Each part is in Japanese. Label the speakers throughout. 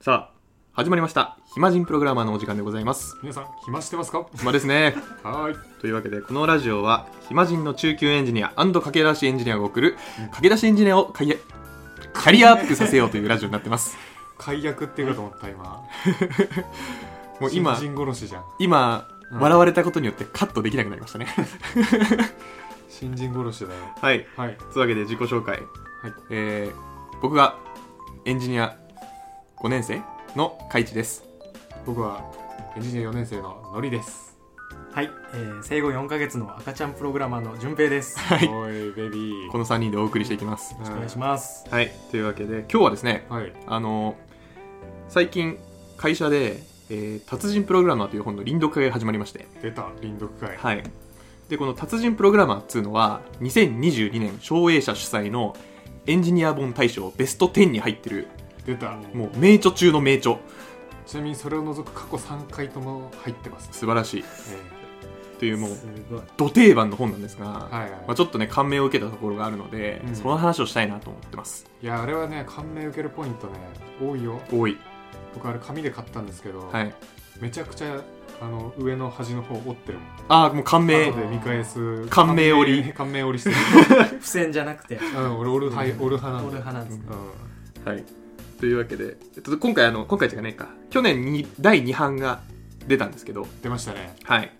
Speaker 1: さあ始まりました暇人プログラマーのお時間でございます
Speaker 2: 皆さん暇してますか
Speaker 1: 暇ですね
Speaker 2: はーい
Speaker 1: というわけでこのラジオは暇人の中級エンジニア駆け出しエンジニアが送る駆け出しエンジニアをかいカリアアップさせようというラジオになってます
Speaker 2: 解約っていうかと思った今
Speaker 1: もう今
Speaker 2: 新人殺しじゃん
Speaker 1: 今
Speaker 2: うん
Speaker 1: 笑われたことによってカットできなくなりましたね
Speaker 2: 新人殺しだよ
Speaker 1: はい
Speaker 2: はい
Speaker 1: というわけで自己紹介、えー僕がエンジニア5年生の海地です
Speaker 2: 僕はエンジニア4年生ののりです
Speaker 3: はい、えー、生後4ヶ月の赤ちゃんプログラマーの順平です。よ
Speaker 1: はい
Speaker 2: おいベビー
Speaker 1: この3人でお送りしていきます
Speaker 2: ろ
Speaker 3: ろしくお願いします。
Speaker 1: はいというわけで今日はですね
Speaker 2: すはい
Speaker 1: あの最近会社で、えー達人プログラマー」という本の臨読会が始まりまして
Speaker 2: 出た臨読会
Speaker 1: はいでこの「達人プログラマー」っつうのは2022年奨励者主催のエンジニア本大賞ベスト10に入ってる
Speaker 2: 出た
Speaker 1: もう名著中の名著
Speaker 2: ちなみにそれを除く過去3回とも入ってます、
Speaker 1: 素晴らしい
Speaker 2: え
Speaker 1: というもう
Speaker 3: すごい。
Speaker 1: 土定番の本なんですが、
Speaker 2: ーはいはい、
Speaker 1: まあ、ちょっとね感銘を受けたところがあるので、
Speaker 2: うん
Speaker 1: その話をしたいなと思ってます
Speaker 2: いやあれはね感銘受けるポイントね多いよ
Speaker 1: 多い
Speaker 2: 僕あれ紙で買ったんですけど、
Speaker 1: はい
Speaker 2: めちゃくちゃあの上の端の方折ってるもん
Speaker 1: ああもう感銘
Speaker 2: 後で見返す
Speaker 1: 感銘折り
Speaker 2: 感銘折りしてる
Speaker 3: 付箋じゃなくて、
Speaker 2: うん、俺折る派、折る派な
Speaker 3: オ
Speaker 2: ん
Speaker 3: ール
Speaker 2: だよ。
Speaker 3: 派なんですね。
Speaker 1: はい。というわけで、えっと、今回あの、今回じゃないか、去年に第2版が出たんですけど
Speaker 2: う、ん、出ましたね。
Speaker 1: はい。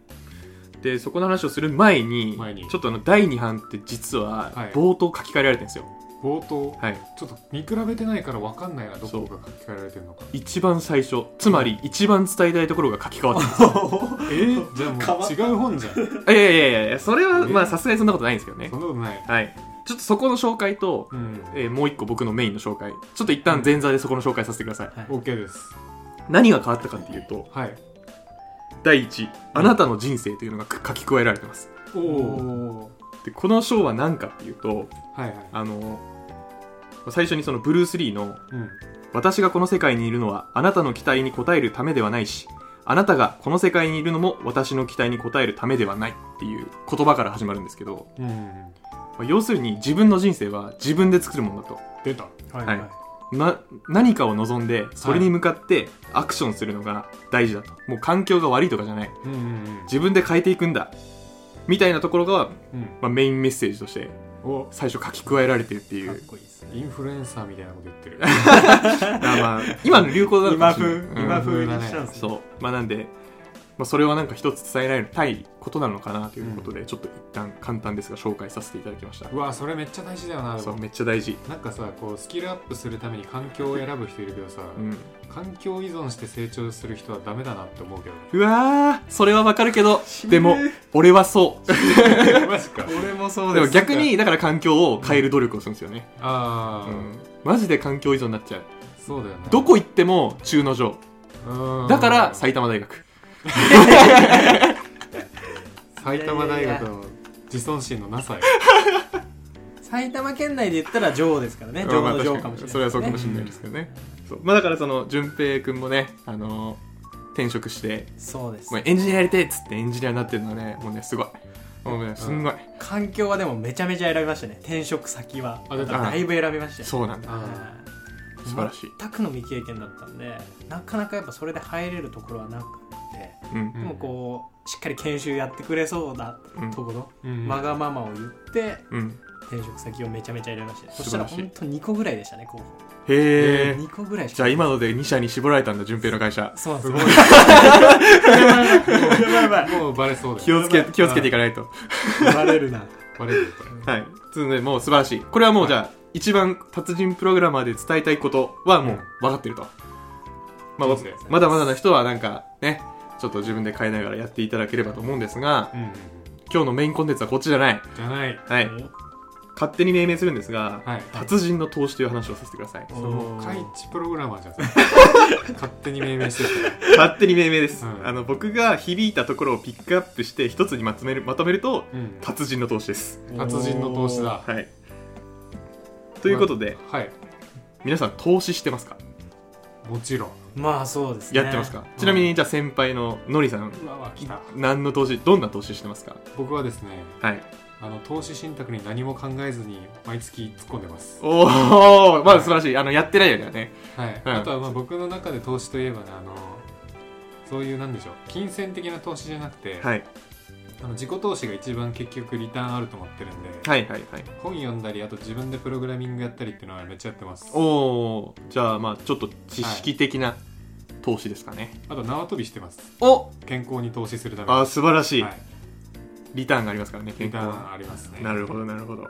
Speaker 1: で、そこの話をする前に、
Speaker 2: 前に
Speaker 1: ちょっとあの、第2版って実は
Speaker 2: はい、
Speaker 1: 冒頭書き換えられてるんですよ。
Speaker 2: 冒頭、
Speaker 1: はい。
Speaker 2: ちょっと見比べてないから分かんないな、どこが書き換えられてるのか。
Speaker 1: 一番最初、つまり一番伝えたいところが書き換わってるんです
Speaker 2: えー、じゃあもう違う本じゃん。そんなこ
Speaker 1: よ いやいやいやいや、それは、
Speaker 2: え
Speaker 1: まあ、さすがにそんなことないんですけどね。
Speaker 2: とない。
Speaker 1: はい。ちょっとそこの紹介と、
Speaker 2: うん。
Speaker 1: えーもう一個僕のメインの紹介。ちょっと一旦前座でそこの紹介させてください。
Speaker 3: はい。
Speaker 2: OK です。
Speaker 1: 何が変わったかっていうと、
Speaker 2: はい。
Speaker 1: 第一、あなたの人生というのが書き加えられてます。
Speaker 2: お
Speaker 3: お
Speaker 2: お。
Speaker 3: お
Speaker 1: でこの賞は何かっていうと
Speaker 2: はいはい。
Speaker 1: あの最初にそのブルース・リーの
Speaker 2: うん。
Speaker 1: 「私がこの世界にいるのはあなたの期待に応えるためではないしあなたがこの世界にいるのも私の期待に応えるためではない」っていう言葉から始まるんですけど、
Speaker 2: うん。
Speaker 1: まあ要するに自分の人生は自分で作るものだと
Speaker 2: 出た。
Speaker 3: ー。はいい、
Speaker 1: な何かを望んでそれに向かってアクションするのが大事だと、もう環境が悪いとかじゃない
Speaker 2: うんうん
Speaker 1: 自分で変えていくんだみたいなところが、
Speaker 2: うん。
Speaker 1: まあ、メインメッセージとして
Speaker 2: うん。お
Speaker 1: 最初書き加えられてるってい
Speaker 3: か
Speaker 1: う
Speaker 3: っこいいですね。
Speaker 2: インフルエンサーみたいなこと言ってる。
Speaker 1: あまあ、今の流行だ
Speaker 3: 今風、
Speaker 1: うん
Speaker 3: 今風にしたんですね。
Speaker 1: そう。まあなんで、まあ、それはなんか一つ伝えられたいことなのかなということで、ちょっと一旦簡単ですが紹介させていただきました。
Speaker 2: うわ、それめっちゃ大事だよな。で
Speaker 1: そう、
Speaker 2: も
Speaker 1: めっちゃ大事。
Speaker 2: なんかさ、こう、スキルアップするために環境を選ぶ人いるけどさ、
Speaker 1: うん。
Speaker 2: 環境依存して成長する人はダメだなって思うけど
Speaker 1: うわー、それはわかるけど、でも、俺は そう。
Speaker 2: ね。マジか。
Speaker 3: 俺もそう
Speaker 1: でも逆に、だから環境を変える努力をするんですよね。う
Speaker 2: ああ、
Speaker 1: ん。マジで環境依存になっちゃう。
Speaker 2: そうだよね。
Speaker 1: どこ行っても中之条。
Speaker 2: うん
Speaker 1: だから、埼玉大学。
Speaker 2: 埼玉大学の自尊心のなさよ。
Speaker 3: 埼玉県内で言ったら女王ですからね。女王
Speaker 1: まあ
Speaker 3: の
Speaker 1: 確
Speaker 3: 女
Speaker 1: か
Speaker 3: 王
Speaker 1: に
Speaker 3: かもしれない、
Speaker 1: それはそうかも
Speaker 3: し
Speaker 1: しれないですけどね。そうまあだからその、淳平くんもね、あのー転職して、
Speaker 3: れそうです
Speaker 1: もう。エンジニアやりてえっつってエンジニアになってるのはねもうねすごいもうねすんごい、
Speaker 3: 環境はでもめちゃめちゃ選びましたね。転職先は。
Speaker 2: あ出た
Speaker 3: だいぶ選びましたよ。
Speaker 1: そうなんだ
Speaker 2: あ
Speaker 3: はい
Speaker 1: 素晴らしい、
Speaker 3: 全くの未経験だったんでなかなかやっぱそれで入れるところはなくて
Speaker 1: うん
Speaker 2: う
Speaker 3: で
Speaker 2: ん
Speaker 3: もこうしっかり研修やってくれそうだ
Speaker 1: うん
Speaker 3: ところ、
Speaker 2: うん
Speaker 3: わがままを言って
Speaker 1: うん、
Speaker 3: 転職先をめちゃめちゃ選びました
Speaker 1: 素晴
Speaker 3: そしたら
Speaker 1: らしい
Speaker 3: 本当2個ぐらいでしたね候補
Speaker 1: へえ
Speaker 3: 2個ぐらいしか
Speaker 1: じゃあ今ので2社に絞られたんだ順平の会社
Speaker 3: そうなんですす
Speaker 2: ごい
Speaker 3: よ。
Speaker 2: やばいもうバレそうだ
Speaker 1: 気
Speaker 2: よ。
Speaker 1: をつけ
Speaker 3: うん
Speaker 1: 気をつけていかないと、
Speaker 3: バレるな
Speaker 2: バレるよこれ。
Speaker 1: はいつうのでもう素晴らしいこれはもう
Speaker 2: はい
Speaker 1: じゃあ、一番達人プログラマーで伝えたいことはもう分かってると、まあ
Speaker 2: そうですね
Speaker 1: まだまだな人はなんかねちょっと自分で変えながらやっていただければと思うんですが
Speaker 2: うんうん
Speaker 1: 今日のメインコンテンツはこっちじゃない
Speaker 2: うん。じゃない。
Speaker 1: はい勝手に命名するんですが、
Speaker 2: はい。
Speaker 1: 達人の投資という話をさせてください
Speaker 3: お
Speaker 2: その
Speaker 3: おー
Speaker 2: 開智プログラ マーじゃん。勝手に命名してる。
Speaker 1: 勝手に命名です、
Speaker 2: うん
Speaker 1: あの僕が響いたところをピックアップして一つにまとめるまとめると
Speaker 2: うん。
Speaker 1: 達人の投資です
Speaker 2: 達人の投資だ。
Speaker 1: はいということで、
Speaker 2: はい。
Speaker 1: 皆さん投資してますか
Speaker 2: もちろん。
Speaker 3: まあそうですね
Speaker 1: やってますか、
Speaker 2: ん
Speaker 1: ちなみにじゃあ先輩ののりさん
Speaker 2: うわ、来た。
Speaker 1: 何の投資どんな投資してますか
Speaker 2: 僕はですね、
Speaker 1: はい
Speaker 2: あの投資信託に何も考えずに毎月突っ込んでます、
Speaker 1: おおまあ素晴らしいあのやってないよりはね
Speaker 2: はい
Speaker 1: うん
Speaker 2: あとはまあ僕の中で投資といえばねあのそういうなんでしょう金銭的な投資じゃなくて、
Speaker 1: はい
Speaker 2: あの自己投資が一番結局リターンあると思ってるんで、
Speaker 1: はいはいはい
Speaker 2: 本読んだりあと自分でプログラミングやったりっていうのはめっちゃやってます
Speaker 1: おおじゃあまあちょっと知識的な投資ですかね、
Speaker 2: あと縄跳びしてます
Speaker 1: お
Speaker 2: 健康に投資するために
Speaker 1: あー素晴らしい、
Speaker 2: はい、
Speaker 1: リターンがありますからね
Speaker 2: リ
Speaker 1: 健
Speaker 2: タ
Speaker 1: 康
Speaker 2: ー
Speaker 1: は
Speaker 2: ンありますね
Speaker 1: なるほどなるほど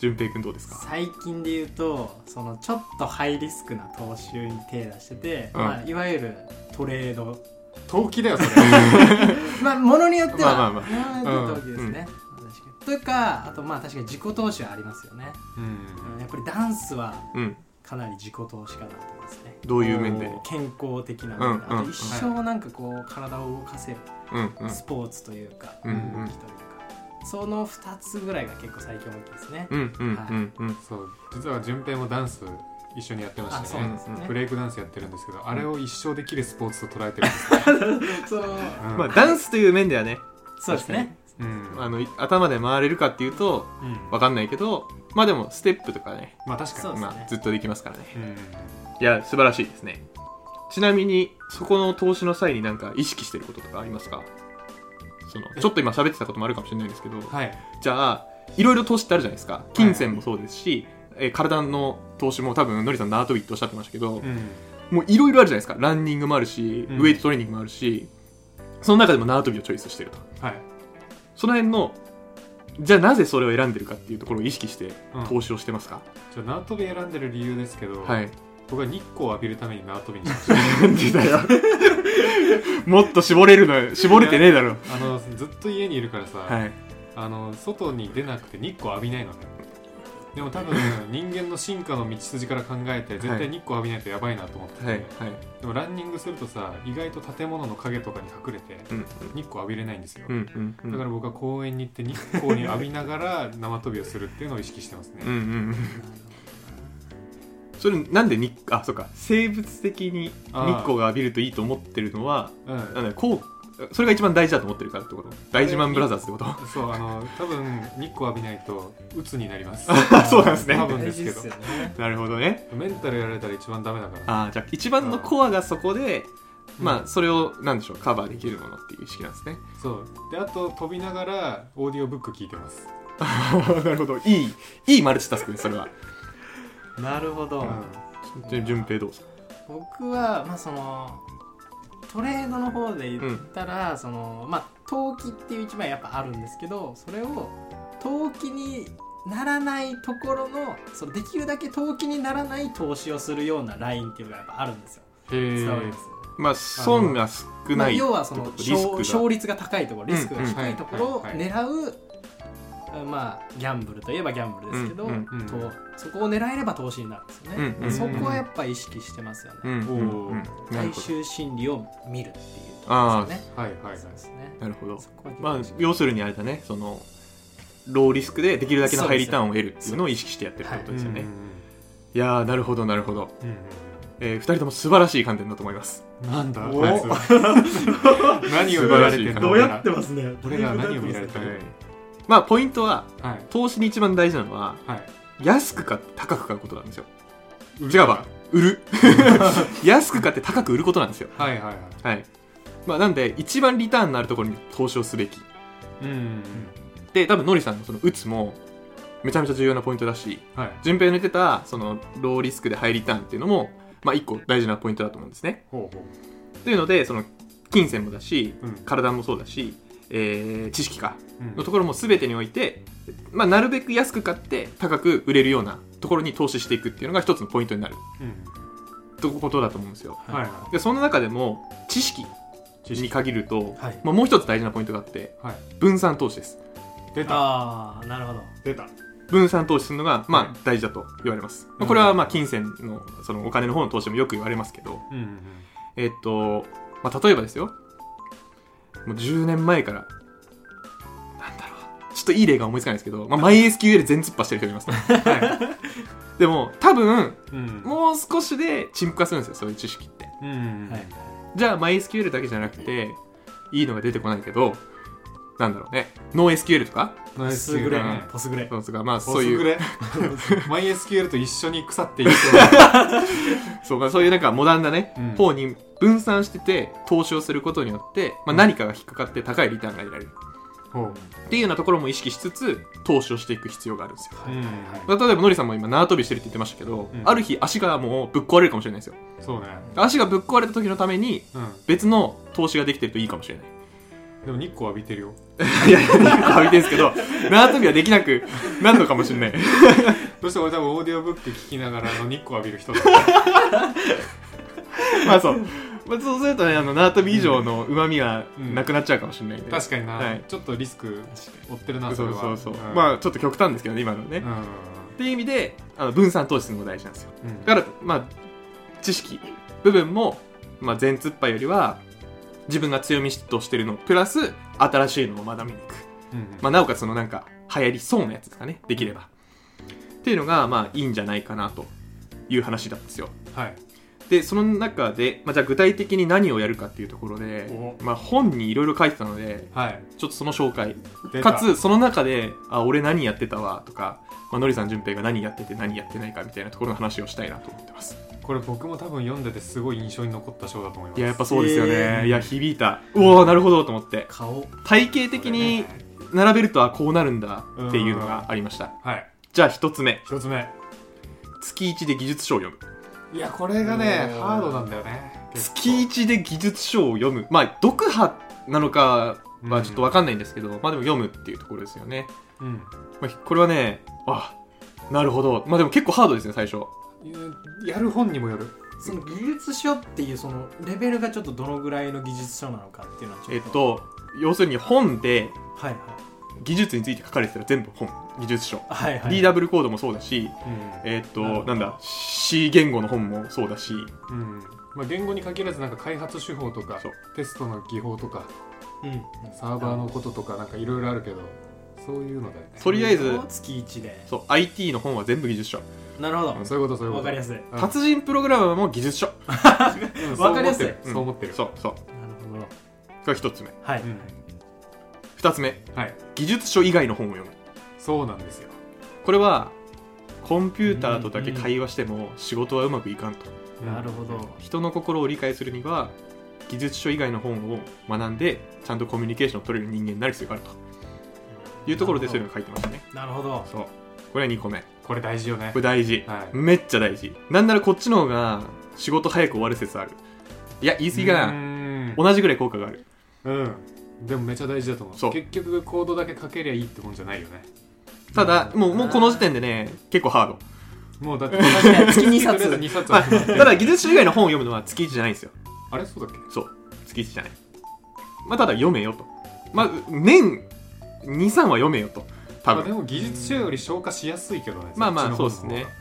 Speaker 1: 淳平君どうですか
Speaker 3: 最近で言うとそのちょっとハイリスクな投資に手出してて、
Speaker 1: うん
Speaker 3: まあ、いわゆるトレード
Speaker 2: 投機 だよそれ
Speaker 3: まあものによっては
Speaker 1: まあまあま
Speaker 3: ものによっては投機ですね、確かにというかあとまあ確かに自己投資はありますよね、
Speaker 2: うん
Speaker 3: うんやっぱりダンスは
Speaker 1: うん
Speaker 3: かなり自己投資かなと思いますね
Speaker 1: どういう面で
Speaker 2: お
Speaker 3: 健康的な
Speaker 1: うん
Speaker 3: 面であ
Speaker 1: う
Speaker 3: と
Speaker 1: ん
Speaker 3: 一生なんかこう体を動かせる
Speaker 1: うんうん
Speaker 3: スポーツというか
Speaker 1: う
Speaker 3: 動
Speaker 1: ん
Speaker 3: きというかその2つぐらいが結構最近大きいですね
Speaker 1: うんうんうんうん
Speaker 2: そう実は順平もダンス一緒にやってま
Speaker 3: あ
Speaker 2: し
Speaker 3: そ
Speaker 2: た
Speaker 3: うな
Speaker 2: ね
Speaker 3: んですよ
Speaker 2: ブ
Speaker 3: ね
Speaker 2: レイクダンスやってるんですけど、あれを一生できるスポーツと捉えてるんです、
Speaker 3: そう
Speaker 2: うん
Speaker 1: まあダンスという面ではね
Speaker 3: そうですね
Speaker 2: うん
Speaker 1: あのい頭で回れるかっていうと
Speaker 2: うん
Speaker 1: わかんないけどまあでもステップとかね
Speaker 2: まあ確か
Speaker 3: そう
Speaker 2: に
Speaker 3: ですね
Speaker 1: まあ、ずっとできますからね
Speaker 2: うん
Speaker 1: いや素晴らしいですねちなみにそこの投資の際になんか意識してることとかありますかそのちょっと今喋ってたこともあるかもしれないんですけど
Speaker 2: はい
Speaker 1: じゃあいろいろ投資ってあるじゃないですか金銭もそうですし、えー体の投資も多分のりさん縄跳びっておっしゃってましたけど、
Speaker 2: うん
Speaker 1: もういろいろあるじゃないですかランニングもあるし、
Speaker 2: うん
Speaker 1: ウェイトトレーニングもあるしその中でも縄跳びをチョイスしてると
Speaker 2: はい
Speaker 1: その辺のじゃあなぜそれを選んでるかっていうところを意識して
Speaker 2: うん
Speaker 1: 投資をしてますか、
Speaker 2: じゃあ縄跳び選んでる理由ですけど、
Speaker 1: はい
Speaker 2: 僕は日光を浴びるために縄跳びにしました
Speaker 1: なんでだよもっと絞れるの絞れてねえだろ
Speaker 2: あのずっと家にいるからさ、
Speaker 1: はい
Speaker 2: あの外に出なくて日光浴びないのねでも多 分人間の進化の道筋から考えて絶対日光浴びないとやばいなと思ってて、
Speaker 1: はいはい
Speaker 2: でもランニングするとさ意外と建物の影とかに隠れて
Speaker 1: うん
Speaker 2: 日光浴びれないんですよ、
Speaker 1: うんうんうん
Speaker 2: だから僕は公園に行って日光に浴びな がら縄跳びをするっていうのを意識してますね、
Speaker 1: うんうんそれなんで日あそうか生物的に日光が浴びるといいと思ってるのは
Speaker 2: うん
Speaker 1: なんだこうそれが一番大事だと思ってるからってこと大事マンブラザーズってこと
Speaker 2: そうあの多分日光浴びないと鬱になります
Speaker 1: あ そうなんですね
Speaker 2: 多 分で
Speaker 3: 大
Speaker 2: す
Speaker 3: 事
Speaker 2: け
Speaker 3: で
Speaker 2: ど
Speaker 3: すよね
Speaker 1: なるほどね
Speaker 2: メンタルやられたら一番ダメだから
Speaker 1: ああじゃあ一番のコアがそこで、
Speaker 2: うん
Speaker 1: まあそれをなんでしょうカバーできるものっていう意識なんですね
Speaker 2: そうであと飛びながらオーディオブック聞いてます
Speaker 1: なるほどいいいいマルチタスクですそれは
Speaker 3: なるほど、
Speaker 1: じゅ順平どうですか
Speaker 3: 僕はまあそのトレードの方で言ったら、そのまあ投機っていう一枚やっぱあるんですけどそれを投機にならないところのそのできるだけ投機にならない投資をするようなラインっていうのがやっぱあるんですよ。
Speaker 2: へえ
Speaker 3: 伝わります
Speaker 1: まあ損が少
Speaker 3: ま
Speaker 1: な
Speaker 3: あ、
Speaker 1: い
Speaker 3: 要はその
Speaker 1: リスクが
Speaker 3: 勝勝率が高いところリスクが低いところ
Speaker 2: うん
Speaker 3: を
Speaker 2: うんはい
Speaker 3: 狙う、まあギャンブルといえばギャンブルですけど、
Speaker 1: うん
Speaker 2: うん
Speaker 3: とそこを狙えれば投資になるんですよね、
Speaker 1: うんうんうん
Speaker 3: そこはやっぱ意識してますよね、
Speaker 1: うんうんうん
Speaker 2: お
Speaker 1: なる
Speaker 3: 大
Speaker 1: ほど
Speaker 3: 衆心理を見るっていうところですよね
Speaker 2: はいはいは
Speaker 3: そうですね
Speaker 1: なるほど
Speaker 3: そこは
Speaker 1: まあ
Speaker 3: 結構意識
Speaker 1: 要するにあれだねそのローリスクでできるだけのハイリターンを得るっていうのを意識してやってるってこと
Speaker 2: い
Speaker 1: ですよね、
Speaker 2: うん
Speaker 1: いやーなるほどなるほど、
Speaker 2: うん
Speaker 1: え2人とも素晴らしい観点だと思います
Speaker 2: うんなんだ
Speaker 3: お
Speaker 2: あいつ何を見られてるの
Speaker 1: どう
Speaker 3: ますね
Speaker 2: 俺らは何を見られて
Speaker 1: は
Speaker 2: る
Speaker 1: い
Speaker 2: の
Speaker 1: まあポイントは
Speaker 2: はい
Speaker 1: 投資に一番大事なのは
Speaker 2: はい
Speaker 1: 安く買って高く買うことなんですよ違うわ売る 安く買って高く売ることなんですよ
Speaker 2: はいはいはい
Speaker 1: はいまあなんで一番リターンのあるところに投資をすべき
Speaker 2: うんうんうん
Speaker 1: で多分ノリさんのその打つもめちゃめちゃ重要なポイントだし
Speaker 2: はい
Speaker 1: 順平の言ってたそのローリスクでハイリターンっていうのもまあ一個大事なポイントだと思うんですね
Speaker 2: ほうほ
Speaker 1: というのでその金銭もだし
Speaker 2: ううん
Speaker 1: 体もそうだし、えー知識か
Speaker 2: うん
Speaker 1: のところも全てにおいて、まあ、なるべく安く買って高く売れるようなところに投資していくっていうのが一つのポイントになる
Speaker 2: うん
Speaker 1: とことだと思うんですよ
Speaker 2: はいは
Speaker 1: でその中でも知識に限ると、
Speaker 3: はい
Speaker 1: まあ、もう一つ大事なポイントがあって
Speaker 2: いはい
Speaker 1: 分散投資です
Speaker 2: 出た
Speaker 3: ああなるほど
Speaker 2: 出た
Speaker 1: 分散投資するのが、
Speaker 2: は
Speaker 1: ま
Speaker 2: い
Speaker 1: あ、大事だと言われます、ま
Speaker 2: う
Speaker 1: あ、
Speaker 2: ん
Speaker 1: これはまあ金銭のそのお金の方の投資でもよく言われますけど
Speaker 2: うんうん
Speaker 1: えっと、まあ、例えばですよもう10年前からなんだろうちょっといい例が思いつかないですけど、まあ、MySQL 全突破してる人がい ます、ね、
Speaker 2: は
Speaker 1: でも多分
Speaker 2: いうん
Speaker 1: もう少しで陳腐化するんですよそういう知識って
Speaker 2: うんうん
Speaker 3: はい
Speaker 1: じゃあ MySQL だけじゃなくていいのが出てこないけどなんだろうね、NoSQL とか、
Speaker 2: ナイス
Speaker 3: スグレ
Speaker 2: だね
Speaker 3: ポスグレ
Speaker 1: そうとかまあ
Speaker 2: そ
Speaker 1: そうういう、
Speaker 2: いう MySQL と一緒に腐っていきそう
Speaker 1: そうまあそういうなんかモダンなね、
Speaker 2: うん
Speaker 1: 方に分散してて、投資をすることによって、まあ、何かが引っかかって高いリターンが得られる。
Speaker 2: ほ
Speaker 1: っていうようなところも意識しつつ、投資をしていく必要があるんですよ。
Speaker 2: う、うん
Speaker 1: まあ例えば、のりさんも今、縄跳びしてるって言ってましたけど、
Speaker 2: うん
Speaker 1: ある日、足がもうぶっ壊れるかもしれないですよ。
Speaker 2: そうね、
Speaker 1: 足がぶっ壊れた時のために、
Speaker 2: う
Speaker 1: 別の投資ができてるといいかもしれない。
Speaker 2: ん、でも日光浴びてるよ
Speaker 1: いやいや、浴びてんですけど、縄跳びはできなくなるのかもしれない。
Speaker 2: そして俺多分オーディオブック聞きながら あの日光浴びる人だ
Speaker 1: まあそう。まあ、そうするとね、あの、縄跳び以上の旨味はなくなっちゃうかもしれないんで。
Speaker 2: 確かにな、
Speaker 1: はい
Speaker 2: ちょっとリスク負ってるなそ
Speaker 1: そ
Speaker 2: れ
Speaker 1: う
Speaker 2: は
Speaker 1: そうそう。
Speaker 2: ん、
Speaker 1: まあ、ちょっと極端ですけどね、今のね。
Speaker 2: う
Speaker 1: っ
Speaker 2: ん
Speaker 1: ていう意味で、あの分散投資するのが大事なんですよ。
Speaker 2: うん
Speaker 1: だから、まあ、知識部分も、まあ、全突破よりは、自分が強みとしてるの、プラス、新しいのを学びに行く。
Speaker 2: うん
Speaker 1: まあ、なおかつそのなんか、流行りそうなやつですかね、できれば。っていうのが、まあ、いいんじゃないかな、という話なんですよ。
Speaker 2: はい
Speaker 1: でその中で、まあ、じゃあ具体的に何をやるかっていうところで
Speaker 2: お、
Speaker 1: まあ、本にいろいろ書いてたので
Speaker 2: はい
Speaker 1: ちょっとその紹介
Speaker 2: 出た
Speaker 1: かつその中で「あ俺何やってたわ」とか、まあのりさん淳平が何やってて何やってないかみたいなところの話をしたいなと思ってます
Speaker 2: これ僕も多分読んでてすごい印象に残った章だと思います
Speaker 1: いややっぱそうですよね、
Speaker 3: えー
Speaker 1: いや響いたうおーなるほどと思って
Speaker 3: 顔
Speaker 1: 体系的に並べるとはこうなるんだっていうのがありました
Speaker 2: はい
Speaker 1: じゃあ一つ目
Speaker 2: 一つ目
Speaker 1: 月1で技術書を読む
Speaker 2: いやこれがね
Speaker 3: うん
Speaker 2: ハードなんだよね結構
Speaker 1: 月1で技術書を読むまあ読破なのかはちょっとわかんないんですけど、まあでも読むっていうところですよね、
Speaker 2: うん
Speaker 1: まあ、これはねあなるほどまあでも結構ハードですね最初
Speaker 2: やる本にもよる
Speaker 3: その技術書っていうそのレベルがちょっとどのぐらいの技術書なのかっていうのはち
Speaker 1: え
Speaker 3: ょ
Speaker 1: っ
Speaker 3: っと
Speaker 1: と要するに本で
Speaker 3: はい
Speaker 1: 技術について書かれてたら全部本技術書、
Speaker 3: はいはいはい
Speaker 1: DW コードもそうだし
Speaker 2: う
Speaker 1: えっと
Speaker 3: なるほど
Speaker 1: なんだ C 言語の本もそうだし
Speaker 2: ん、うんまあ、言語に限らずなんか開発手法とか
Speaker 1: そう
Speaker 2: テストの技法とか
Speaker 3: うん
Speaker 2: サーバーのこととかなんかいろいろあるけどそういうのだよね
Speaker 1: とりあえず
Speaker 3: 月1で
Speaker 1: そう IT の本は全部技術書
Speaker 3: なるほ
Speaker 2: そういうことそういうこ
Speaker 3: どわ
Speaker 2: と
Speaker 3: かりやすいな
Speaker 2: うん
Speaker 1: 達人プログラマーも技術書
Speaker 2: うん
Speaker 3: わかりやすい
Speaker 2: そう思ってる
Speaker 1: そ
Speaker 2: そう
Speaker 1: そうこ
Speaker 3: るほど
Speaker 1: れ一つ目
Speaker 3: はい、
Speaker 2: う思ってる、
Speaker 1: 二つ目
Speaker 2: うんはい
Speaker 1: 技術書以外の本を読む
Speaker 2: そうなんですよ
Speaker 1: これはコンピューターとだけ会話しても仕事はうまくいかんと
Speaker 3: なるほど、
Speaker 1: 人の心を理解するには技術書以外の本を学んでちゃんとコミュニケーションを取れる人間になる必要があるというところでそういうのが書いてましたね
Speaker 3: なるほど
Speaker 1: そうこれは2個目こ
Speaker 2: これ大事よね
Speaker 1: れ大事、
Speaker 2: はい
Speaker 1: めっちゃ大事なんならこっちの方が仕事早く終わる説あるいや言い過ぎか
Speaker 2: う
Speaker 1: な
Speaker 2: ーん
Speaker 1: 同じぐらい効果がある
Speaker 2: うんでもめちゃ大事だと思う
Speaker 1: そう
Speaker 2: 結局コードだけ書けりゃいいってもんじゃないよね
Speaker 1: ただもう
Speaker 3: うん
Speaker 1: もうこの時点でね結構ハード
Speaker 2: もうだって
Speaker 3: かに月に冊
Speaker 2: 2冊
Speaker 1: ま
Speaker 2: は
Speaker 1: あただ技術書以外の本を読むのは月1じゃないんですよ
Speaker 2: あれそうだっけ
Speaker 1: そう月1じゃないまあただ読めよとまあ年23は読めよと多
Speaker 2: まあで
Speaker 1: 分
Speaker 2: も技術書より消化しやすいけどね
Speaker 1: まあまあ
Speaker 2: っちの方の方が
Speaker 1: そうですね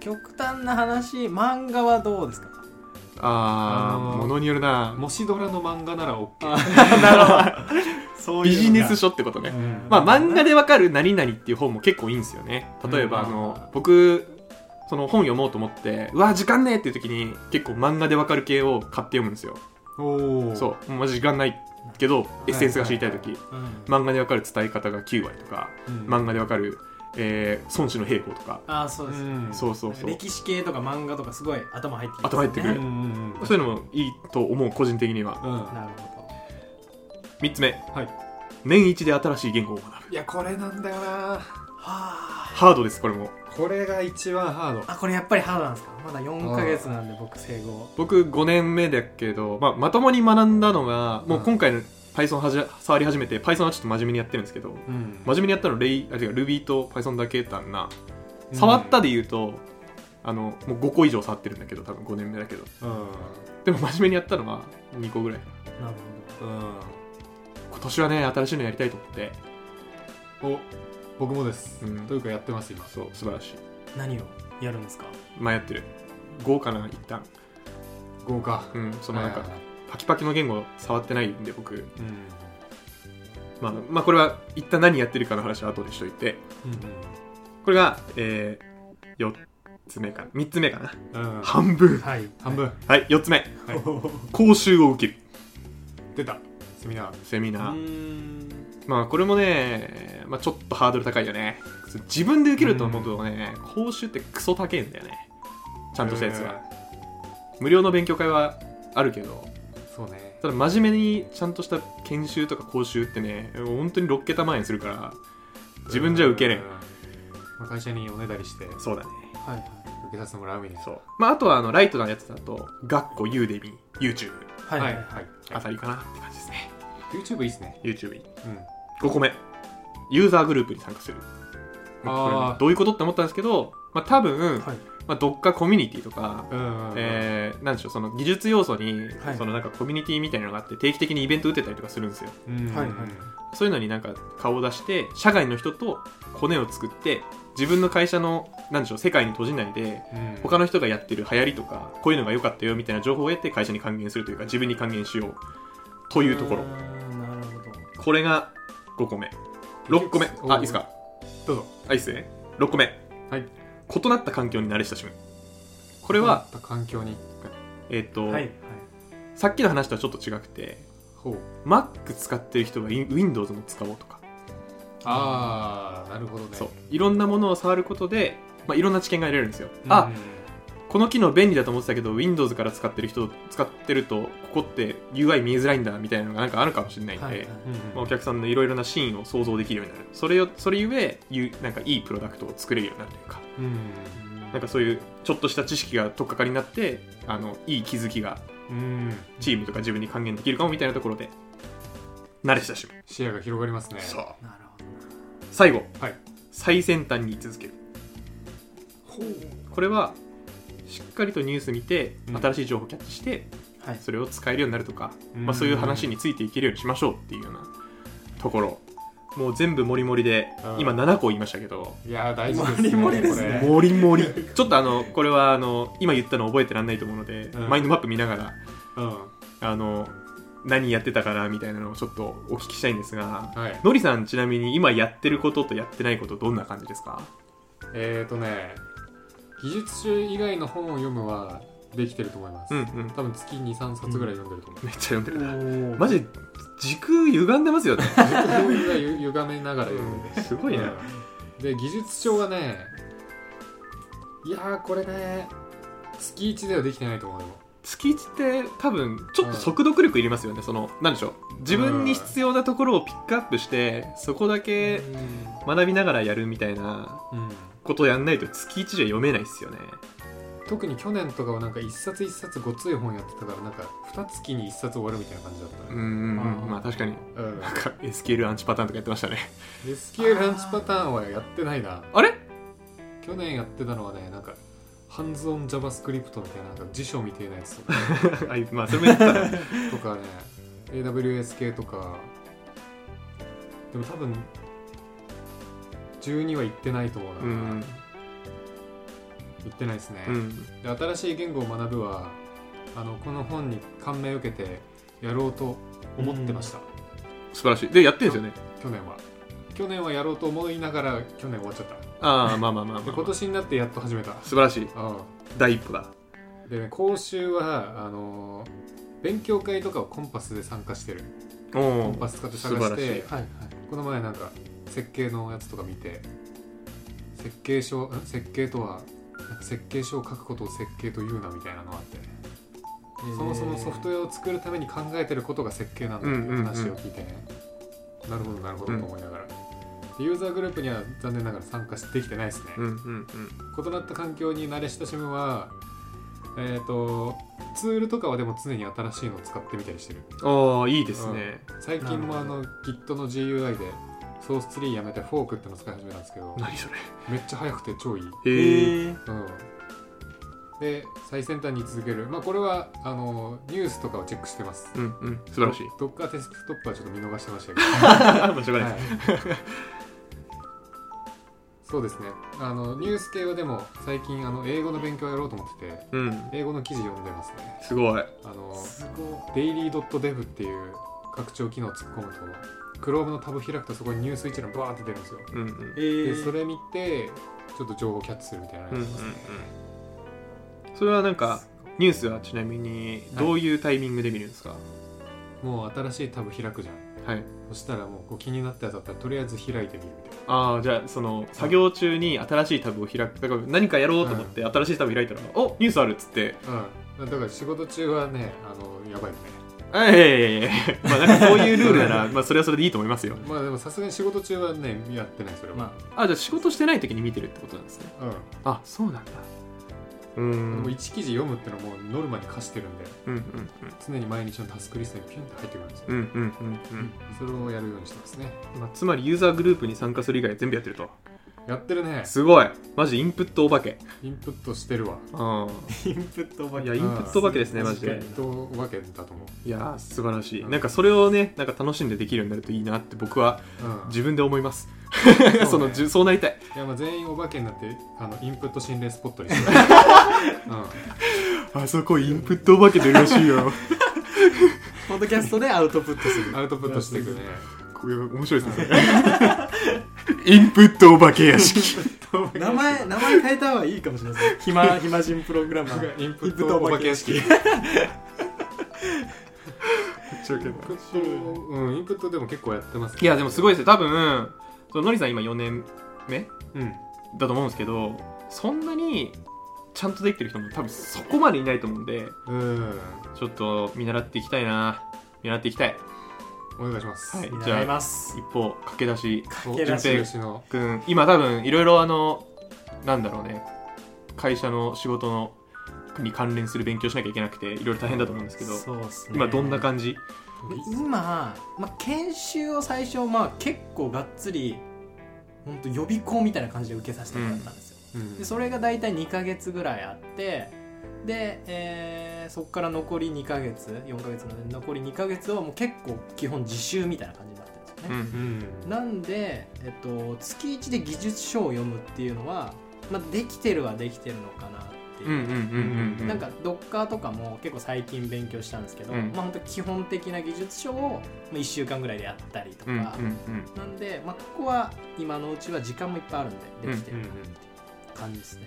Speaker 3: 極端な話漫画はどうですか
Speaker 1: あ
Speaker 2: あ
Speaker 1: あ
Speaker 2: のー
Speaker 1: ものによるな
Speaker 2: もしドラの漫画なら OK
Speaker 3: なるほどそう
Speaker 1: ビジネス書
Speaker 3: 書
Speaker 1: ってことね。
Speaker 2: うん
Speaker 1: まあ漫画でわかる何々っていう本も結構いいんですよね。例えばあ
Speaker 2: うん
Speaker 1: の、僕、その本読もうと思って、うわ、時間ねえっていう時に結構漫画でわかる系を買って読むんですよ。
Speaker 2: おお
Speaker 1: そう、もうマジ時間ないけど、エッセンスが知りたい時、
Speaker 3: うん
Speaker 1: 漫画でわかる伝え方が9割とか、漫画でわかる、えー、孫子の兵法とか、
Speaker 3: ああそうで
Speaker 2: う
Speaker 3: す、
Speaker 2: ん
Speaker 1: そうそうそう。
Speaker 3: 歴史系とか漫画とかすごい頭入ってきます
Speaker 1: 頭入ってく
Speaker 2: うん
Speaker 1: る
Speaker 2: うんうん
Speaker 1: そういうのもいいと思う、個人的には。
Speaker 2: うん
Speaker 3: なるほど
Speaker 1: 3つ目。
Speaker 2: はい
Speaker 1: 年一で新しい言語を学ぶ。
Speaker 2: いやこれなんだよな
Speaker 3: はあ
Speaker 1: ハードです、これも。
Speaker 2: これが一番ハード
Speaker 3: あこれやっぱりハードなんですかまだ4ヶ月なんで僕生後
Speaker 1: 僕5年目だけど、まあ、まともに学んだのがもう
Speaker 2: はい
Speaker 1: 今回の Python はじ触り始めて Python はちょっと真面目にやってるんですけど
Speaker 2: うん
Speaker 1: 真面目にやったのレイあ違う Ruby と Python だけだな触ったで言うと、あのもう5個以上触ってるんだけど多分5年目だけど
Speaker 2: うん
Speaker 1: でも真面目にやったのは2個ぐらい
Speaker 3: なる
Speaker 2: うん
Speaker 1: 今年はね新しいのやりたいと思って
Speaker 2: お僕もです
Speaker 1: うん
Speaker 2: というかやってます今
Speaker 1: そう素晴らしい
Speaker 3: ほど何をやるんですか
Speaker 1: 迷ってる5かな一旦
Speaker 2: 豪華
Speaker 1: うんそのなんか
Speaker 2: はいはいはい
Speaker 1: パキパキの言語触ってないんで僕、
Speaker 2: うん
Speaker 1: まあ、まあこれは一旦何やってるかの話は後でしといて
Speaker 2: う
Speaker 1: これが、えー、4つ目かな3つ目かな、
Speaker 2: んうんうん
Speaker 1: 半分
Speaker 3: はい
Speaker 2: 半分
Speaker 1: はい4つ目
Speaker 2: はい
Speaker 1: 講習を受ける
Speaker 2: 出た素セミナー
Speaker 1: セミ
Speaker 2: う
Speaker 1: ナー、
Speaker 2: ん
Speaker 1: まあこれもね、まあ、ちょっとハードル高いよね自分で受けると思うとね、講習ってクソ高いんだよねちゃんとしたやつは、無料の勉強会はあるけど
Speaker 2: うんそうね
Speaker 1: ただ真面目にちゃんとした研修とか講習ってね本当に6桁万円するから自分じゃ受けれん
Speaker 2: うんまあ、会社におねだりして受
Speaker 1: そうだね
Speaker 3: はいはい
Speaker 2: けさせてもらうみたいな
Speaker 1: そうまああとはあのライトなやつだと学校 Udemy YouTube
Speaker 3: はいはいはい
Speaker 1: あたりかなって感じですね
Speaker 2: YouTube いいっすね
Speaker 1: YouTube
Speaker 2: うん
Speaker 1: 5個目ユーザーグループに参加するまあこれ
Speaker 2: あー
Speaker 1: ねどういうことって思ったんですけど、まあ、多分、
Speaker 3: はい
Speaker 1: まあ、どっかコミュニティとか、
Speaker 2: うんうんうん
Speaker 1: えーなんでしょうその技術要素に、
Speaker 3: はい
Speaker 1: そのなんかコミュニティみたいなのがあって定期的にイベント打てたりとかするんですよ
Speaker 2: うん
Speaker 3: はいはい
Speaker 1: そういうのになんか顔を出して社外の人とコネを作って自分の会社のなんでしょう世界に閉じないで
Speaker 2: うん
Speaker 1: 他の人がやってる流行りとかこういうのが良かったよみたいな情報を得て会社に還元するというか自分に還元しようと
Speaker 3: と
Speaker 1: いうところ
Speaker 3: なるほど
Speaker 1: これが5個目6個目
Speaker 2: お
Speaker 1: あ
Speaker 2: ー
Speaker 1: いいですか
Speaker 2: どうぞ
Speaker 1: あいいっすね6個目
Speaker 2: はい
Speaker 1: 異なった環境に慣れ親しむこれは、
Speaker 2: 環境に
Speaker 1: えっ、と、
Speaker 3: はいはい
Speaker 1: さっきの話とはちょっと違くて
Speaker 2: ほう
Speaker 1: Mac 使ってる人は Win- Windows も使おうとか、
Speaker 2: ああなるほどね
Speaker 1: そういろんなものを触ることで、まあ、いろんな知見が得られるんですよ、
Speaker 2: うん
Speaker 1: あこの機能便利だと思ってたけど Windows から使ってる人使ってるとここって UI 見えづらいんだみたいなのがなんかあるかもしれないんで、
Speaker 3: はいはい
Speaker 2: うん
Speaker 1: まあお客さんのいろいろなシーンを想像できるようになるそれをそれゆえゆなんかいいプロダクトを作れるようになるというか
Speaker 2: うん
Speaker 1: なんかそういうちょっとした知識が取っかかりになってあのいい気づきが
Speaker 2: うん
Speaker 1: チームとか自分に還元できるかもみたいなところで慣れ親しむ、
Speaker 2: 視野が広がりますね
Speaker 1: そう
Speaker 3: なるほど
Speaker 1: 最後
Speaker 2: はい
Speaker 1: 最先端に居続ける
Speaker 3: ほう
Speaker 1: これはしっかりとニュース見て
Speaker 2: うん
Speaker 1: 新しい情報をキャッチして、
Speaker 3: はい
Speaker 1: それを使えるようになるとか、
Speaker 2: うん
Speaker 1: まあ、そういう話についていけるようにしましょうっていうようなところもう全部もりもりで、
Speaker 2: うん
Speaker 1: 今7個言いましたけど
Speaker 2: いやー大事ですね
Speaker 3: 盛り盛りですね
Speaker 2: これ
Speaker 1: もりもりちょっとあのこれはあの今言ったの覚えてらんないと思うので、
Speaker 2: うん
Speaker 1: マインドマップ見ながら
Speaker 2: うん
Speaker 1: あの何やってたかなみたいなのをちょっとお聞きしたいんですが
Speaker 2: はい
Speaker 1: のりさんちなみに今やってることとやってないことどんな感じですか
Speaker 2: えーとね技術集以外の本を読むはできてると思います
Speaker 1: うんうん
Speaker 2: 多分月23冊ぐらい読んでると思う
Speaker 1: めっちゃ読んでるな
Speaker 3: おー
Speaker 1: マジ時空歪んでますよね
Speaker 2: 教育がゆ歪めながら読んで
Speaker 1: すごいな、
Speaker 2: で技術書はねいやーこれね月1ではできてないと思うよ
Speaker 1: 月一って多分ちょっと速読力いりますよね、その何でしょう自分に必要なところをピックアップしてそこだけ学びながらやるみたいな
Speaker 2: うん
Speaker 1: ことをやんないと月一じゃ読めないですよね
Speaker 2: 特に去年とかはなんか一冊一冊ごっつい本やってたからなんか二月に一冊終わるみたいな感じだった
Speaker 1: うん
Speaker 2: ね、
Speaker 1: うん
Speaker 3: あー
Speaker 1: うんまあ確かに
Speaker 2: うん、
Speaker 1: なんか SQL アンチパターンとかやってましたね
Speaker 2: でスキルランチパターンはやってないな
Speaker 1: あれ
Speaker 2: 去年やってたのはねなんかハンズオン JavaScript みたいななんか辞書みたいなやつ とか
Speaker 1: あいまあそれもやったら
Speaker 2: とかね AWS 系とかでも多分12は行ってないと思うな、
Speaker 1: うん
Speaker 2: 行ってないですね、
Speaker 1: うん
Speaker 2: で新しい言語を学ぶはあのこの本に感銘を受けてやろうと思ってました、
Speaker 1: 素晴らしいでやってるんですよね
Speaker 2: 去年は去年はやろうと思いながら去年終わっちゃった
Speaker 1: ああまあまあまあまあ、
Speaker 2: で今年になってやっと始めた
Speaker 1: 素晴らしい
Speaker 2: あ
Speaker 1: 第一歩だ
Speaker 2: あでね講習はあのー勉強会とかをコンパスで参加してる
Speaker 1: お
Speaker 2: コ
Speaker 1: お
Speaker 2: ンパ
Speaker 1: ー
Speaker 2: ス使って探し
Speaker 1: 素晴らしてい
Speaker 3: はいはい
Speaker 2: この前なんか設計のやつとか見て設計書ん設計とはなんか設計書を書くことを設計と言うなみたいなのがあってねそもそもソフトウェアを作るために考えてることが設計なんだっていう話を聞いてね、なるほどなるほどと思いながら、ユーザーグループには残念ながら参加できてないですね、
Speaker 1: うんうんうん
Speaker 2: 異なった環境に慣れ親しむはえっ、とツールとかはでも常に新しいのを使ってみたりしてる
Speaker 1: ああいいですね、
Speaker 2: 最近もあ
Speaker 3: な
Speaker 2: の Git の GUI でソース3やめてフォークっての使い始めたんですけど
Speaker 1: 何それ
Speaker 2: めっちゃ速くて超いい、
Speaker 1: へえ
Speaker 3: え
Speaker 2: うん、で最先端に続けるまあこれはあのニュースとかをチェックしてます
Speaker 1: うんうん素晴らしい
Speaker 2: どっかデスクトップはちょっと見逃してましたけど
Speaker 1: まあしょうがない
Speaker 2: はい、そうですねあのニュース系はでも最近あの英語の勉強をやろうと思ってて
Speaker 1: うん
Speaker 2: 英語の記事読んでますね
Speaker 1: すごい
Speaker 2: あの
Speaker 3: ー、すご
Speaker 2: daily.dev っていう拡張機能を突っ込むと Chrome のタブ開くとそこにニュース一覧バーって出るんですよ
Speaker 1: うんうん
Speaker 3: え
Speaker 2: で
Speaker 3: ー、
Speaker 2: それ見てちょっと情報をキャッチするみたいなやつ
Speaker 1: うんうんう
Speaker 2: で
Speaker 1: ん
Speaker 2: すね、
Speaker 1: それはなんかニュースはちなみにどういうタイミングで見るんですか、
Speaker 2: もう新しいタブ開くじゃん
Speaker 1: はい
Speaker 2: そしたらもうこう気になったやつだったらとりあえず開いてみるみたいな
Speaker 1: ああじゃあその作業中に新しいタブを開くだから何かやろうと思って新しいタブ開いたら「おニュースある」っつって
Speaker 2: うん、だから仕事中はねあのやばいよね
Speaker 1: 「あいやいやいやいやまあなんかそういうルールならまあそれはそれでいいと思いますよ
Speaker 2: まあでもさすがに仕事中はねやってないそれは、
Speaker 3: ま
Speaker 1: あじゃあ仕事してない時に見てるってことなんですね
Speaker 2: う
Speaker 1: あそうなんだうー
Speaker 2: ん、
Speaker 1: ん
Speaker 2: も
Speaker 1: う
Speaker 2: うん1記事読むってのはもうノルマに課してるんで
Speaker 1: うんうん
Speaker 2: 常に毎日のタスクリストにピュンって入ってくるんですよ、
Speaker 1: うんうんうんうん
Speaker 2: それをやるようにしてますね
Speaker 1: まあ、つまりユーザーグループに参加する以外全部やってると
Speaker 2: やってるね
Speaker 1: すごいマジインプットお化け
Speaker 2: インプットしてるわ
Speaker 1: うん
Speaker 3: あインプットば
Speaker 1: いやインプットお化けですねマジ
Speaker 2: イ
Speaker 1: で
Speaker 2: ンプットお化けだと思う、
Speaker 1: いやー素晴らしいなんかそれをねなんか楽しんでできるようになるといいなって僕は
Speaker 2: うん、
Speaker 1: 自分で思います
Speaker 2: そう ね
Speaker 1: そのじゅそうなりたい
Speaker 2: いやまあ全員お化けになってあのインプット心霊スポット にしてる、う
Speaker 1: あそこインプットお化け出るらしいよ
Speaker 3: ポッドキャストでアウトプットする
Speaker 2: ん、アウトプットしていくね
Speaker 1: これ面白いですねそれ インプットお化け屋敷
Speaker 3: 名前名前変えた方がいいかもしれないですね暇暇人プログラマー
Speaker 2: インプットお化け屋敷うん、インプットでも結構やってますね
Speaker 1: いやでもすごいですよ多分そののりさん今4年目
Speaker 2: うん
Speaker 1: だと思うんですけどそんなにちゃんとできてる人も多分そこまでいないと思うんで
Speaker 2: うん
Speaker 1: ちょっと見習っていきたいな見習っていきたい
Speaker 2: お願いします、
Speaker 1: はい
Speaker 3: 見習います
Speaker 1: 一方駆け出し
Speaker 3: け出
Speaker 1: し
Speaker 2: しの
Speaker 1: くん今多分いろいろあのなんだろうね会社の仕事のに関連する勉強しなきゃいけなくていろいろ大変だと思うんですけど
Speaker 3: そうっすね
Speaker 1: 今どんな感じ
Speaker 3: 今、まあ、研修を最初、まあ、結構がっつり本当予備校みたいな感じで受けさせてもらったんです
Speaker 2: う
Speaker 3: よ、
Speaker 2: ん
Speaker 3: でそれが大体2ヶ月ぐらいあってで、えーそこから残り2ヶ月4ヶ月なので残り2ヶ月はもう結構基本自習みたいな感じになってるんですよね、
Speaker 1: うん
Speaker 2: うん
Speaker 3: なんで、えっと、月1で技術書を読むっていうのは、まあ、できてるはできてるのかなっていう、
Speaker 1: うんうんうんうんう
Speaker 3: なんかドッカーとかも結構最近勉強したんですけど、
Speaker 1: うん
Speaker 3: まあ本当基本的な技術書を1週間ぐらいでやったりとか、
Speaker 1: うんうんうん
Speaker 3: なんで、まあ、ここは今のうちは時間もいっぱいあるんでできて
Speaker 2: う
Speaker 3: る
Speaker 2: ん
Speaker 3: 感じですね、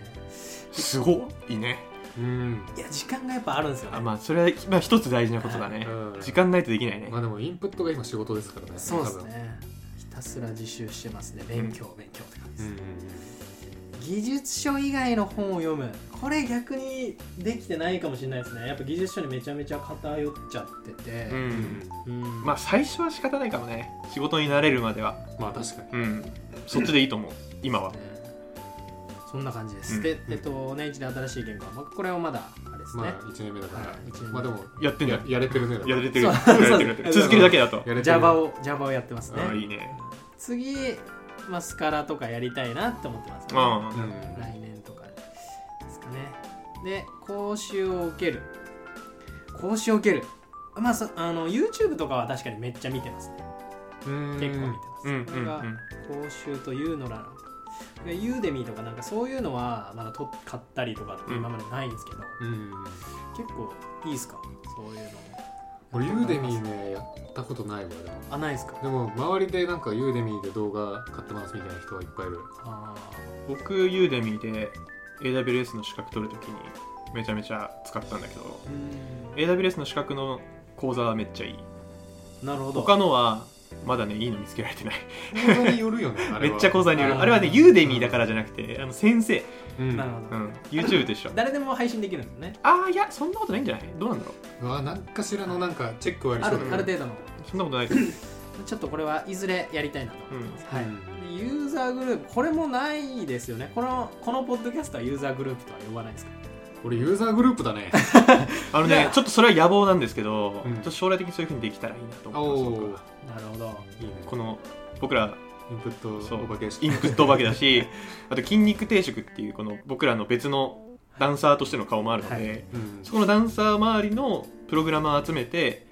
Speaker 1: すごいね
Speaker 2: うん
Speaker 3: いや時間がやっぱあるんですよね
Speaker 1: あまあそれは、まあ、一つ大事なことだね
Speaker 2: うん
Speaker 1: 時間ないとできないね
Speaker 2: まあでもインプットが今仕事ですからね
Speaker 3: そうですねひたすら自習してますね勉強、勉強って感じ
Speaker 2: 多
Speaker 3: です、
Speaker 2: 分
Speaker 3: 技術書以外の本を読むこれ逆にできてないかもしれないですねやっぱ技術書にめちゃめちゃ偏っちゃってて、
Speaker 1: う
Speaker 2: うんうん
Speaker 1: ん
Speaker 3: うん
Speaker 1: まあ最初は仕方ないかもね仕事になれるまでは
Speaker 2: まあ確かに
Speaker 1: うんそっちでいいと思う今は
Speaker 3: そんな感じです、
Speaker 1: うん
Speaker 3: で
Speaker 2: うん
Speaker 3: えっと年一で新しい言語は僕これをまだあれですね、
Speaker 2: まあ1年目だから、
Speaker 3: はい一年目
Speaker 2: まあでも
Speaker 1: やってんじゃ
Speaker 2: や
Speaker 1: ん
Speaker 2: やれてるね
Speaker 1: やれてるや
Speaker 3: そ
Speaker 1: れ
Speaker 3: う
Speaker 1: てるやれてる続けるだけだと
Speaker 2: やれてる
Speaker 3: Java を Java をやってますね
Speaker 1: ああいいね
Speaker 3: 次、まあ、スカラとかやりたいなって思ってますね、
Speaker 1: うん
Speaker 2: うん
Speaker 3: 来年とかですかねで講習を受ける講習を受けるまあそあの YouTube とかは確かにめっちゃ見てますね
Speaker 2: うん
Speaker 3: 結構見てます、
Speaker 1: うん
Speaker 3: こ
Speaker 1: う
Speaker 3: れ
Speaker 1: ん
Speaker 3: が
Speaker 1: うん
Speaker 3: 講習というのならでユーデミーとかなんかそういうのはまだと買ったりとかって今までないんですけど、
Speaker 2: うん
Speaker 3: 結構いいですかそういうの
Speaker 2: 俺ユーデミーねやったことないわでも
Speaker 3: あないですか
Speaker 2: でも周りでなんかユーデミーで動画買ってますみたいな人はいっぱい いる
Speaker 3: あ
Speaker 1: 僕ユーデミーで AWS の資格取るときにめちゃめちゃ使ったんだけど
Speaker 3: ーう
Speaker 1: AWS の資格の講座はめっちゃいい
Speaker 3: んなるほど
Speaker 1: 他のはまだねいいの見つけられてない
Speaker 2: 講座によるよねあれ
Speaker 1: め
Speaker 2: は
Speaker 1: っちゃ講座による
Speaker 3: あー
Speaker 1: あれはねユーデミーだからじゃなくてあの先生、
Speaker 2: うん
Speaker 3: なるほど、
Speaker 1: うん、YouTube と一緒
Speaker 3: 誰でも配信できるんですね
Speaker 1: ああいやそんなことないんじゃないどうなんだろう
Speaker 2: うわなんかしらのなんかチェックはあり
Speaker 3: あ
Speaker 2: そ
Speaker 3: る
Speaker 2: うだ
Speaker 3: ある
Speaker 2: ね
Speaker 3: 程度の
Speaker 1: そんなことないと思う
Speaker 3: ちょっとこれはいずれやりたいなと思ってます、はい、
Speaker 2: うん
Speaker 3: でユーザーグループこれもないですよねこのこのポッドキャストはユーザーグループとは呼ばないですか
Speaker 2: 俺ユーザーグループだね
Speaker 1: あの
Speaker 3: い
Speaker 1: ね
Speaker 3: や
Speaker 1: ちょっとそれは野望なんですけど、
Speaker 2: うん
Speaker 1: ちょっと将来的にそういうふうにできたらいいなと
Speaker 2: お
Speaker 1: 思って
Speaker 2: お
Speaker 1: ます
Speaker 3: なるほど
Speaker 2: いいね
Speaker 1: 僕はこの僕ら
Speaker 2: インプット
Speaker 1: そう
Speaker 2: お化け屋敷
Speaker 1: インプットお化けだ しあと筋肉定食っていうこの僕らの別のダンサーとしての顔もあるので、
Speaker 3: は
Speaker 2: うん
Speaker 1: そこのダンサー周りのプログラマー集めて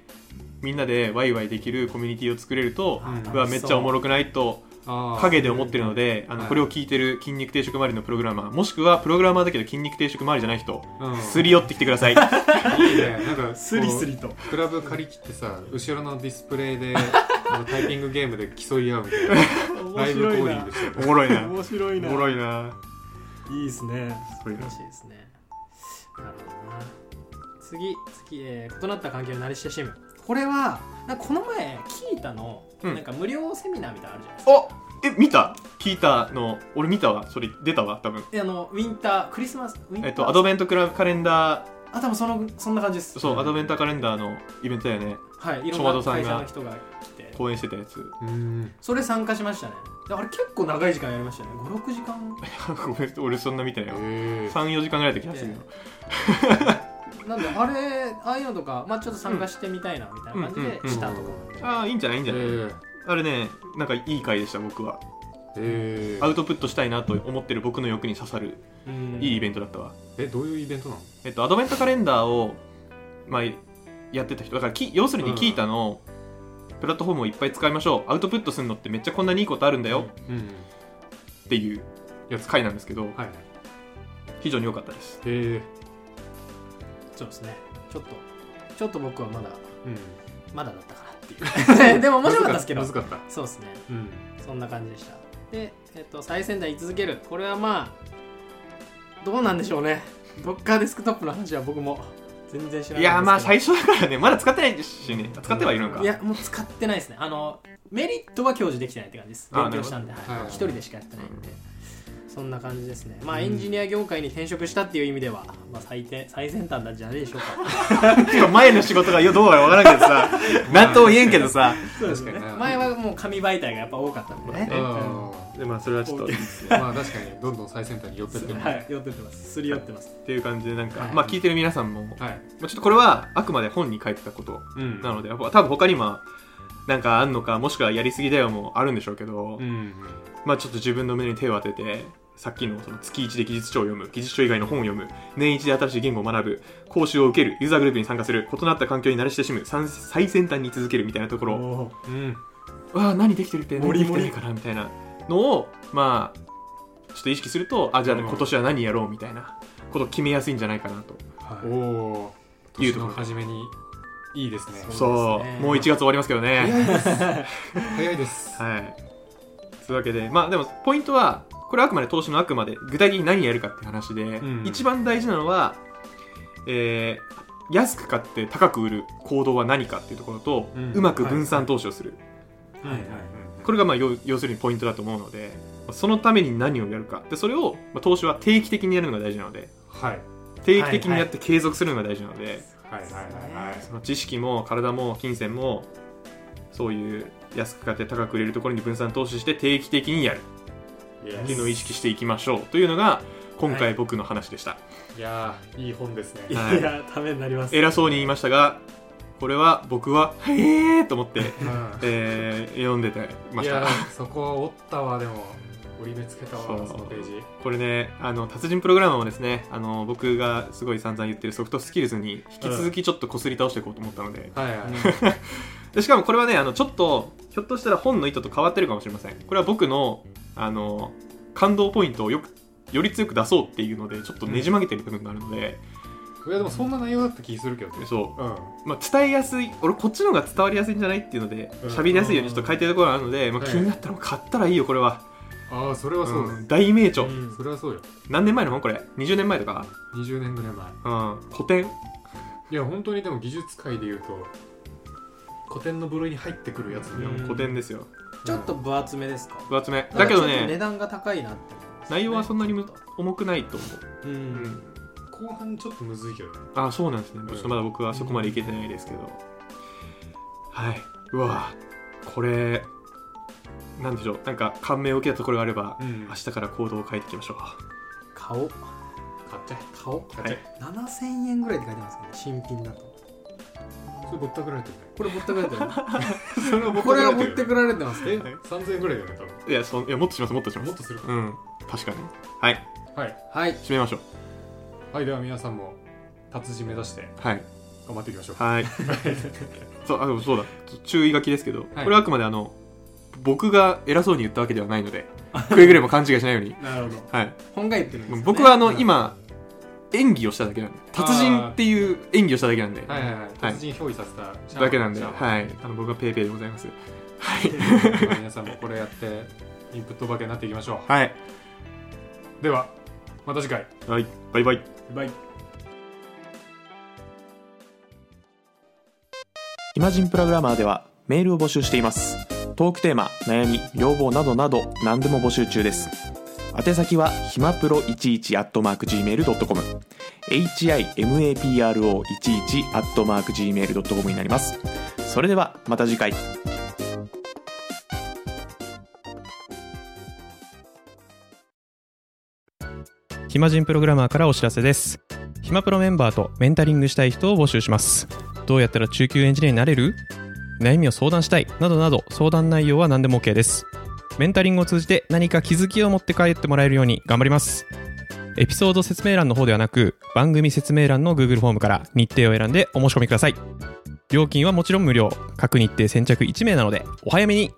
Speaker 1: みんなでワイワイできるコミュニティを作れると
Speaker 2: うん
Speaker 1: うわめっちゃおもろくないと
Speaker 2: あー
Speaker 1: 陰で思ってるのであの
Speaker 2: はい
Speaker 1: これを聞いてる筋肉定食周りのプログラマーもしくはプログラマーだけど筋肉定食周りじゃない人
Speaker 2: うん
Speaker 1: すり寄ってきてくださいあ
Speaker 2: いいねなんかこう
Speaker 3: スリスリと
Speaker 2: クラブ借り切ってさ後ろのディスプレイであのタイピングゲームで競い合うみたいなライブコーディングし て
Speaker 1: お
Speaker 2: る
Speaker 1: もろいな
Speaker 3: 面白
Speaker 1: お
Speaker 3: いな
Speaker 1: もろいない
Speaker 3: いですね
Speaker 1: すごいな
Speaker 3: 楽しいですねなるほどな次次、えー異なった関係の慣れ親しむこれはなんかこの前キータの
Speaker 1: うん
Speaker 3: なんか無料セミナーみたいなのあるじゃないですか、
Speaker 1: あえ見たキータの俺見たわそれ出たわ多分
Speaker 3: であのウィンタークリスマスウィンター、
Speaker 1: えっとアドベントクラカレンダー
Speaker 3: あ多分そのそんな感じです
Speaker 1: そう、アドベントカレンダーのイベントだよね
Speaker 3: はいいろ
Speaker 1: ちょま
Speaker 3: ん
Speaker 1: ど
Speaker 3: な
Speaker 1: さんが
Speaker 3: 会社の人が来て
Speaker 1: 公演してたやつ
Speaker 2: うん
Speaker 3: それ参加しましたねであれ結構長い時間やりましたね56時間
Speaker 1: ごめん俺そんな見てないわ
Speaker 2: え
Speaker 1: 34時間ぐらいだった気がするよ、
Speaker 3: なんであれああいうのとか、まあ、ちょっと参加してみたいなみたいな感じ
Speaker 1: うん
Speaker 3: でしたところ、
Speaker 1: ああいいんじゃないいいんじ
Speaker 2: え
Speaker 1: ゃない、
Speaker 2: ー
Speaker 1: あれねなんかいい回でした僕は
Speaker 2: え
Speaker 1: アウトプットしたいなと思ってる僕の欲に刺さる
Speaker 3: うん
Speaker 1: いいイベントだったわ、
Speaker 2: えどういうイベントなの
Speaker 1: えっと、アドベントカレンダーを、まあ、やってた人だからき要するに
Speaker 2: うん
Speaker 1: キータのプラットフォームをいっぱい使いましょうアウトプットするのってめっちゃこんなにいいことあるんだよ
Speaker 2: うん
Speaker 1: っていう
Speaker 2: やつ
Speaker 1: 回なんですけど、
Speaker 2: はい
Speaker 1: 非常に良かったです
Speaker 2: へえ
Speaker 3: そうですねちょっとちょっと僕はまだ
Speaker 2: うん
Speaker 3: まだだったかなってい う でも面白かったですけど
Speaker 2: 難かった
Speaker 3: そうですね
Speaker 2: うん
Speaker 3: そんな感じでしたで、えっと、最先端居続けるこれはまあどうなんでしょうねどっかデスクトップの話は僕も全然知らない
Speaker 1: いやーまあ最
Speaker 3: 初
Speaker 1: 初だからねまだ使ってないしね使ってはいるのか
Speaker 3: いやもう使ってないですねあのメリットは享受できてないって感じです
Speaker 1: あー
Speaker 3: 勉強したんではい一、
Speaker 2: なるほどはい
Speaker 3: 人でしかやってないんで、そんな感じですねまあエンジニア業界に転職したっていう意味では、まあ、最低最先端なんじゃないでしょうか
Speaker 1: てか前の仕事がよどうかわからんけどさなんとも言えんけどさ
Speaker 3: そうですね
Speaker 2: 確かにね
Speaker 3: 前はもう紙媒体がやっぱ多かったんでね
Speaker 1: え
Speaker 2: あ
Speaker 1: でまあそれはちょっと
Speaker 3: オーケ
Speaker 1: っ
Speaker 2: ーまあ確かにどんどん最先端に寄ってってる
Speaker 3: はい寄ってってますすり寄ってます
Speaker 1: ていう感じでなんか、
Speaker 3: はい
Speaker 1: まあ聞いてる皆さんも、ま
Speaker 2: はい
Speaker 1: あ、ちょっとこれはあくまで本に書いてたこと
Speaker 2: うん
Speaker 1: なので、多分他にもなんかあんのかもしくはやりすぎだよもあるんでしょうけど、
Speaker 2: うん
Speaker 1: まあちょっと自分の目に手を当ててさっきのその月1で技術書を読む技術書以外の本を読む年1で新しい言語を学ぶ講習を受けるユーザーグループに参加する異なった環境に慣れ親しむさん最先端に続けるみたいなところ
Speaker 3: おー
Speaker 2: うん
Speaker 1: わあ何できてるって何
Speaker 3: も
Speaker 1: で
Speaker 3: り
Speaker 1: き
Speaker 3: も
Speaker 1: て
Speaker 3: り
Speaker 1: ないかなみたいなのをまあちょっと意識するとあじゃあ
Speaker 2: うん
Speaker 1: 今年は何やろうみたいなことを決めやすいんじゃないかなと、
Speaker 2: おおー
Speaker 1: いう
Speaker 2: 年
Speaker 1: とこ
Speaker 2: の
Speaker 1: ろ
Speaker 2: 初めにいいですね
Speaker 3: そう
Speaker 1: そう
Speaker 3: ですね
Speaker 1: もう1月終わりますけどね
Speaker 2: 早いです早いです
Speaker 1: はい。というわけで、まあでも、ポイントは、これはあくまで投資のあくまで、具体的に何やるかって話で、
Speaker 2: うん
Speaker 1: 一番大事なのは、えー安く買って高く売る行動は何かっていうところと、
Speaker 2: う
Speaker 1: うんまく分散投資をする。
Speaker 2: はいはい
Speaker 1: これが、まあ、要要するにポイントだと思うので、そのために何をやるか。で、それを、まあ、投資は定期的にやるのが大事なので、
Speaker 2: はい
Speaker 1: 定期的にやって継続するのが大事なので、
Speaker 2: はいはいはいはい
Speaker 1: その知識も体も金銭も、そういう安く買って高く売れるところに分散投資して定期的にやる。っていうのを意識していきましょうというのが今
Speaker 3: は
Speaker 1: 回
Speaker 3: い
Speaker 1: 僕の話でした、
Speaker 2: いやーいい本です
Speaker 3: い
Speaker 2: ね
Speaker 1: はい
Speaker 3: やためになります
Speaker 1: 偉そうに言いましたがこれは僕は「へえ!」と思って、
Speaker 2: うん
Speaker 1: えー読んでてま
Speaker 2: い
Speaker 1: した
Speaker 2: やーそこは折ったわでも折り目つけたわ
Speaker 1: そう
Speaker 2: そのページ
Speaker 1: これねあの達人プログラマーもですねあの僕がすごい散々言ってるソフトスキルズに引き続きちょっとこすり倒していこうと思ったので,、
Speaker 2: はいはい
Speaker 1: でしかもこれはねあのちょっとひょっとしたら本の意図と変わってるかもしれませんこれは僕のあの感動ポイントをよくより強く出そうっていうのでちょっとねじ曲げてる部分があるので、
Speaker 2: いやでもそんな内容だった気するけどね
Speaker 1: そう
Speaker 2: うん
Speaker 1: まあ、伝えやすい俺こっちの方が伝わりやすいんじゃないっていうので
Speaker 2: うん
Speaker 1: 喋りやすいようにちょっと書いてるところがあるので、まあ、
Speaker 2: はい
Speaker 1: 気になったら買ったらいいよこれは、
Speaker 2: ああそれはそうだ、
Speaker 1: うん大名著、
Speaker 3: うん
Speaker 2: それはそうよ
Speaker 1: 何年前の本これ20年前とか、
Speaker 2: 20年ぐらい前
Speaker 1: うん、古典
Speaker 2: いや本当にでも技術界でいうと古典の部類に入ってくるやつだよ、
Speaker 3: うん
Speaker 1: 古典ですよ
Speaker 3: ちょっと分厚めですか
Speaker 1: 分厚めだけど
Speaker 3: なんかちょっと値
Speaker 1: ね
Speaker 3: 段が高いなって
Speaker 1: 内容はそんなにむ重くないと思
Speaker 3: うん、
Speaker 1: う、うん
Speaker 2: 後半ちょっとむずいけどね
Speaker 1: あそうなんですね
Speaker 2: ん
Speaker 1: ちょっとまだ僕はそこまでいけてないですけど、はいうわこれなんでしょうなんか感銘を受けたところがあれば、
Speaker 2: ん
Speaker 1: 明日から行動を変えていきましょう
Speaker 3: 顔
Speaker 2: 買っちゃ
Speaker 3: 顔
Speaker 2: え買っちゃ
Speaker 3: 7000円ぐらいって書いてますけど、ね、新品だと
Speaker 2: え、それぼったくられてるね
Speaker 3: これ持ってくれてる
Speaker 2: それはぼ
Speaker 3: これは持
Speaker 2: ぼ
Speaker 3: ってくられてますね
Speaker 2: え3000円ぐらいだよね多
Speaker 1: いやそんいやもっとしますもっとします
Speaker 2: 分もっとする
Speaker 1: う
Speaker 2: か
Speaker 1: ん確かにはい
Speaker 2: はい
Speaker 3: はい
Speaker 1: 締めましょう
Speaker 2: はいでは皆さんも達人目指して
Speaker 1: はい
Speaker 2: 頑張っていきましょう
Speaker 1: はいそうあでもそうだちょ注意書きですけど、
Speaker 2: はい
Speaker 1: これはあくまであの僕が偉そうに言ったわけではないのでくれぐれも勘違いしないように、
Speaker 3: なるほど
Speaker 1: はい、
Speaker 3: 本が言ってるんです、ね、
Speaker 1: 僕はあの、
Speaker 2: うん
Speaker 1: 今演技をしただけなんで達人っていう演技をしただけなんで、
Speaker 2: はいはいはい達人憑依させたシャワー
Speaker 1: だけなんで、
Speaker 2: シャワー
Speaker 1: はい、あの僕はペイペイでございますはい、
Speaker 2: 皆さんもこれやってインプット化けになっていきましょ
Speaker 1: はい、
Speaker 2: うではまた次回
Speaker 1: はい、バイバイ
Speaker 3: バイ
Speaker 1: イマジンプログラマーではメールを募集していますトークテーマ悩み要望などなど何でも募集中です宛先はひまプロ11 gmail.com himapro11 gmail.com になりますそれではまた次回
Speaker 4: 暇人プログラマーからお知らせです暇プロメンバーとメンタリングしたい人を募集しますどうやったら中級エンジニアになれる悩みを相談したいなどなど相談内容は何でも OK ですメンタリングを通じて何か気づきを持って帰ってもらえるように頑張りますエピソード説明欄の方ではなく番組説明欄の Google フォームから日程を選んでお申し込みください料金はもちろん無料各日程先着1名なのでお早めに